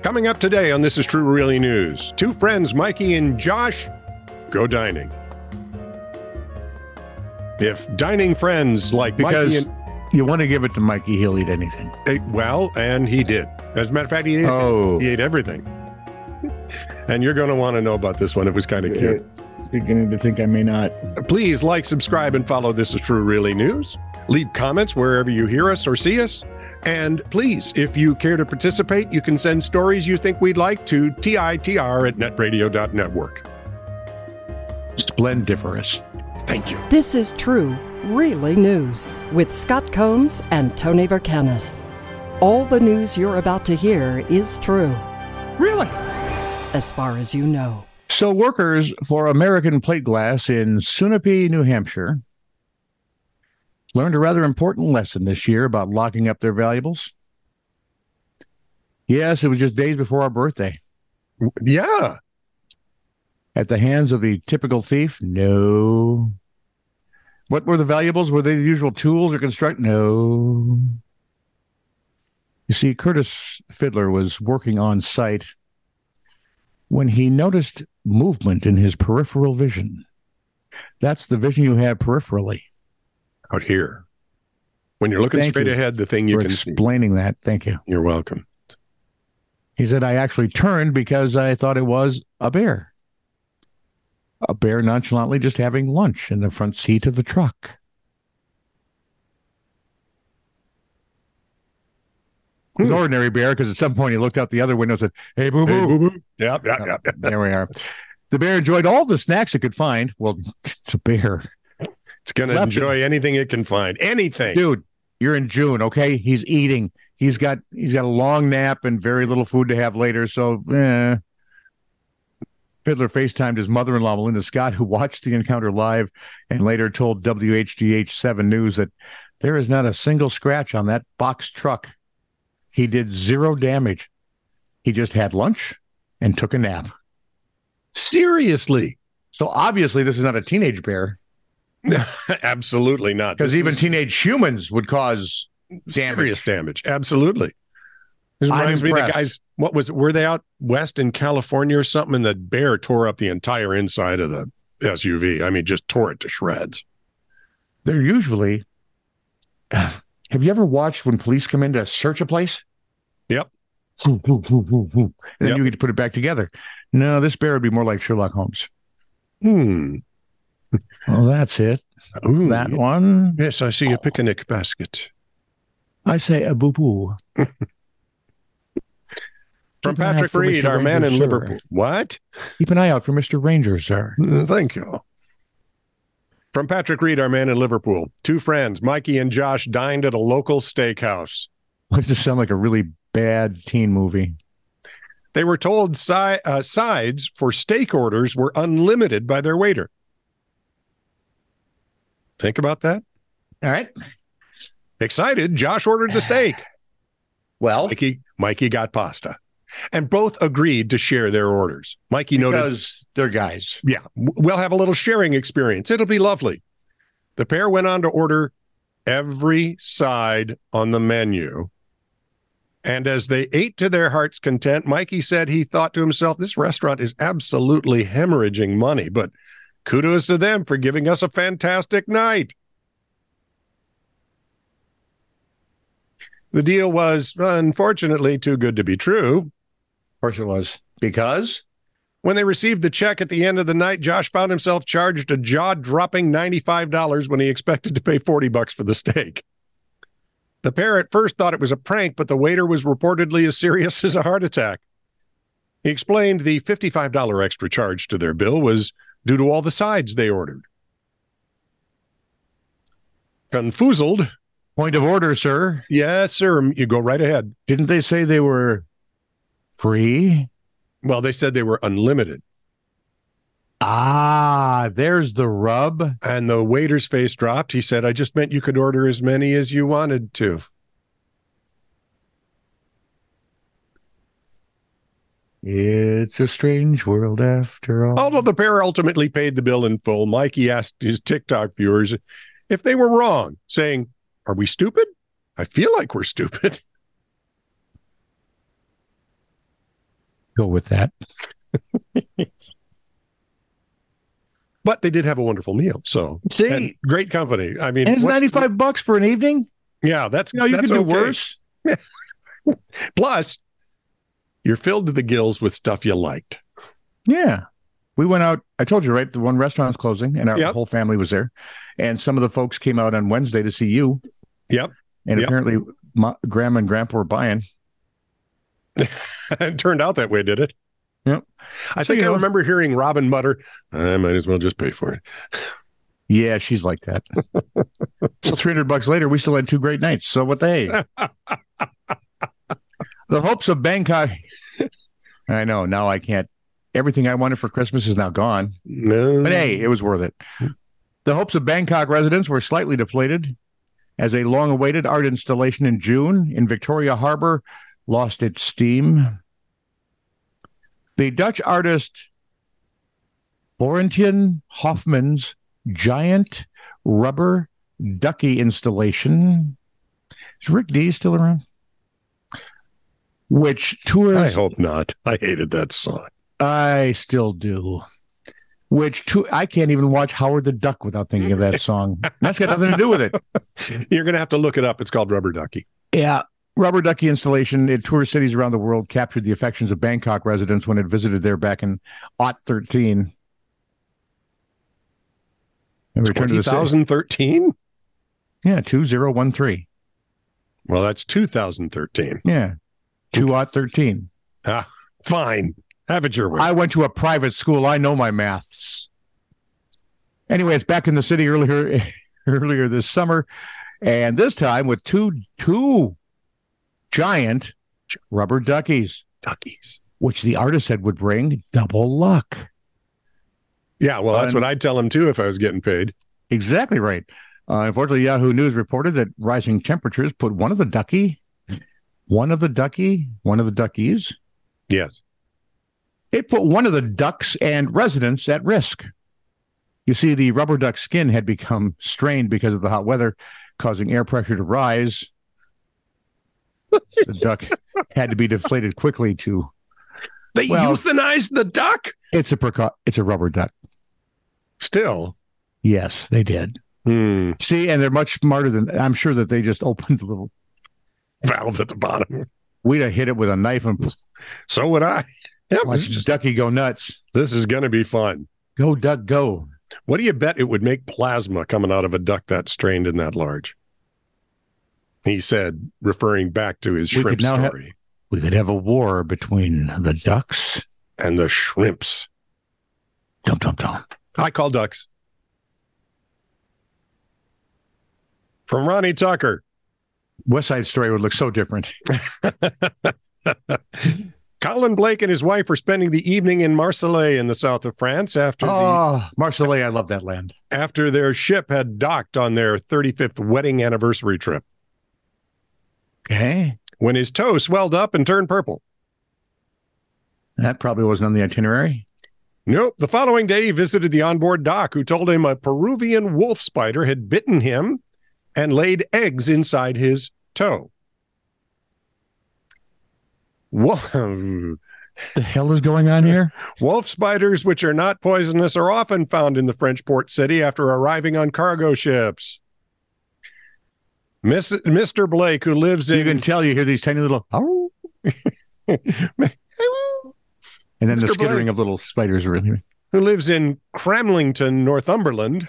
Coming up today on This Is True Really News, two friends, Mikey and Josh, go dining. If dining friends like Because Mikey and you want to give it to Mikey, he'll eat anything. eh, well, and he did. As a matter of fact, he ate, Oh, he ate everything. And you're going to want to know about this one. It was kind of cute. beginning to think I may not. Please like, subscribe, and follow This Is True Really News. Leave comments wherever you hear us or see us. And please, if you care to participate, you can send stories you think we'd like to TITR at netradio.network. Splendiferous. Thank you. This is true, really news with Scott Combs and Tony Vercanis. All the news you're about to hear is true, Really? as far as you know. So, workers for American Plate Glass in Sunapee, New Hampshire, learned a rather important lesson this year about locking up their valuables. Yes, it was just days before our birthday. Yeah. At the hands of the typical thief? No. What were the valuables? Were they the usual tools or construct? No. You see, Curtis Fiddler was working on site when he noticed movement in his peripheral vision. That's the vision you have peripherally. Out here. When you're looking Thank straight you ahead, the thing you for can see. explaining that. Thank you. You're welcome. He said, I actually turned because I thought it was a bear. A bear nonchalantly just having lunch in the front seat of the truck. An Hmm. ordinary bear, because at some point he looked out the other window and said, Hey, boo Hey, boo. boo-boo. Yep, yep, yep, yep. there we are. The bear enjoyed all the snacks it could find. Well, it's a bear. It's going to Left- enjoy anything it can find. Anything. Dude, you're in June, okay? He's eating. He's got he's got a long nap and very little food to have later, so eh. Fiddler FaceTimed his mother in law, Melinda Scott, who watched the encounter live and later told WHGH 7 News that there is not a single scratch on that box truck. He did zero damage. He just had lunch and took a nap. Seriously. So obviously, this is not a teenage bear Absolutely not. because This even is teenage humans would cause damage. serious damage. Absolutely. This I'm reminds me of the impressed. guys. What was it? Were they out west in California or something? And the bear tore up the entire inside of the SUV. I mean, just tore it to shreds. they're usually have you ever watched when police come in to search a place Yep. Whoo, whoo, whoo, whoo, whoo. and then Yep. you get to put it back together no this bear would be more like sherlock holmes Hmm. well that's it Ooh, that one Yes, I see a picnic basket i say a boo boo from Keep an eye out Patrick for Mr. Reed, our man in Ranger, sir. Liverpool. What? keep an eye out for mr ranger sir Mm, Thank you. From Patrick Reed, our man in Liverpool. Two friends, Mikey and Josh, dined at a local steakhouse. Why does this sound like a really bad teen movie They were told si- uh, sides for steak orders were unlimited by their waiter. Think about that. all right Excited, Josh ordered the steak. well Mikey, Mikey got pasta, and both agreed to share their orders. Mikey noted, because they're guys "Yeah, w- we'll have a little sharing experience. It'll be lovely." The pair went on to order every side on the menu. And as they ate to their heart's content, Mikey said he thought to himself, this restaurant is absolutely hemorrhaging money, but kudos to them for giving us a fantastic night. The deal was unfortunately too good to be true. of course it was because When they received the check at the end of the night, Josh found himself charged a jaw-dropping $95 when he expected to pay 40 bucks for the steak. The pair at first thought it was a prank, but the waiter was reportedly as serious as a heart attack. He explained the $55 extra charge to their bill was due to all the sides they ordered. Confuzzled, point of order sir yes, sir, you go right ahead. didn't they say they were free Well, they said they were unlimited. Ah, there's the rub. And the waiter's face dropped. He said, I just meant you could order as many as you wanted to. It's a strange world after all. Although the pair ultimately paid the bill in full, Mikey asked his TikTok viewers if they were wrong, saying, Are we stupid? I feel like we're stupid. Go with that. But they did have a wonderful meal. So See, and great company. I mean, and it's what's- ninety five bucks for an evening. Yeah, that's You know, you that's could do okay. worse. Plus, you're filled to the gills with stuff you liked. Yeah. We went out. I told you, right? The one restaurant's closing, and our Yep. whole family was there. And some of the folks came out on Wednesday to see you. Yep. And Yep. apparently, my, grandma and grandpa were buying. it turned out that way, did it? Yep. I So, think you I know- remember hearing Robin mutter, "I might as well just pay for it." Yeah, she's like that. so 300 bucks later, we still had two great nights. So what they? the hopes of Bangkok. I know. Now I can't. Everything I wanted for Christmas is now gone. No. But hey, it was worth it. The hopes of Bangkok residents were slightly deflated as a long awaited art installation in June in Victoria Harbor lost its steam. The Dutch artist Florentine Hoffman's giant rubber ducky installation. Is Rick D still around? Which tours I hope not. I hated that song. I still do. Which too, I can't even watch Howard the Duck without thinking of that song. And That's got nothing to do with it. You're going to have to look it up. It's called Rubber Ducky. Yeah. Rubber Ducky installation in tour cities around the world captured the affections of Bangkok residents when it visited there back in aught 13. And returned to the city. 2013? Yeah, 2013. Well, that's 2013. Yeah, 2 aught 13. Fine. Have it your way. I went to a private school. I know my maths. Anyways, back in the city earlier earlier this summer, and this time with two two giant rubber duckies, Duckies. which the artist said would bring double luck. Yeah, well, that's Fun. what I'd tell him too if I was getting paid. Exactly right. Uh, unfortunately, Yahoo News reported that rising temperatures put one of the ducky, one of the ducky, one of the duckies, Yes. It put one of the ducks and residents at risk. You see, the rubber duck skin had become strained because of the hot weather, causing air pressure to rise. The duck had to be deflated quickly to. They Well- euthanized the duck? It's a precau- It's a rubber duck. Still. Yes, they did. Hmm. See, and they're much smarter than I'm sure that they just opened the little. Valve at the bottom. We'd have hit it with a knife and So would I. Yeah, watched Ducky go nuts. this is going to be fun. Go, duck, go. What do you bet it would make plasma coming out of a duck that strained and that large? He said, referring back to his We shrimp could now have- story We could have a war between the ducks. and the shrimps. Dum, dum, dum. I call ducks. From Ronnie Tucker. West Side Story would look so different. Colin Blake and his wife are spending the evening in Marseille in the south of France after the Oh, Marseille, I love that land. after their ship had docked on their 35th wedding anniversary trip Okay. when his toe swelled up and turned purple. That probably wasn't on the itinerary. Nope. The following day, he visited the onboard doc, who told him a Peruvian wolf spider had bitten him and laid eggs inside his toe. Wo- The hell is going on here? Wolf spiders, which are not poisonous, are often found in the French port city after arriving on cargo ships. Miss, Mr. Blake, who lives You in can tell you hear these tiny little "Ow," and then the Mr. skittering Blake. of little spiders around here. who lives in Cramlington, Northumberland,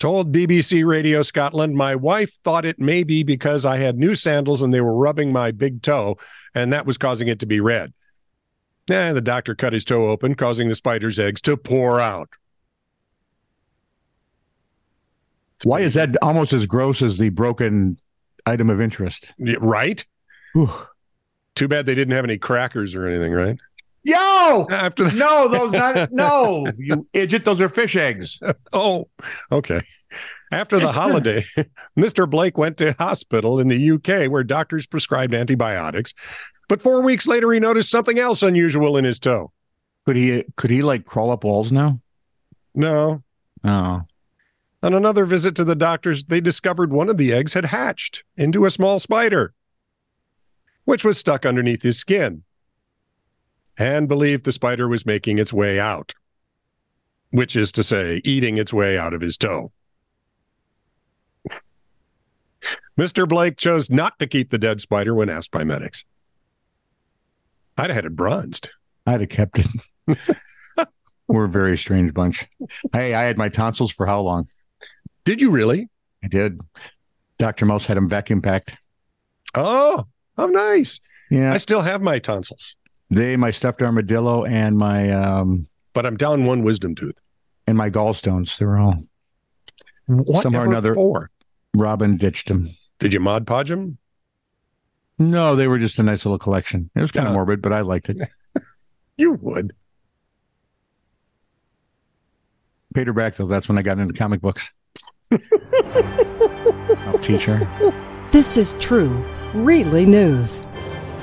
told BBC Radio Scotland, My wife thought it may be because I had new sandals and they were rubbing my big toe, and that was causing it to be red. And the doctor cut his toe open, causing the spider's eggs to pour out. Why is that almost as gross as the broken item of interest? Yeah, Right? Whew. Too bad they didn't have any crackers or anything, right? Yo! After that. No, those not no, you idiot, those are fish eggs. Oh, okay. After the holiday, Mr. Blake went to hospital in the UK where doctors prescribed antibiotics. But four weeks later, he noticed something else unusual in his toe. Could he could he like crawl up walls now? No. Oh. On another visit to the doctors, they discovered one of the eggs had hatched into a small spider. which was stuck underneath his skin, and believed the spider was making its way out, which is to say, eating its way out of his toe. Mr. Blake chose not to keep the dead spider when asked by medics. I'd have had it bronzed. I'd have kept it. We're a very strange bunch. Hey, I had my tonsils for how long? Did you really? I did. Dr. Mouse had them vacuum packed. Oh, how nice. Yeah. I still have my tonsils, they, my stuffed armadillo, and my um but I'm down one wisdom tooth. and my gallstones. They were all What Somehow or another- for? Robin ditched them. Did you mod podge them? No, they were just a nice little collection. It was kind Yeah. of morbid, but I liked it. You would. Paid her back though. That's when I got into comic books. Oh, I'll teach her. This is true, really news.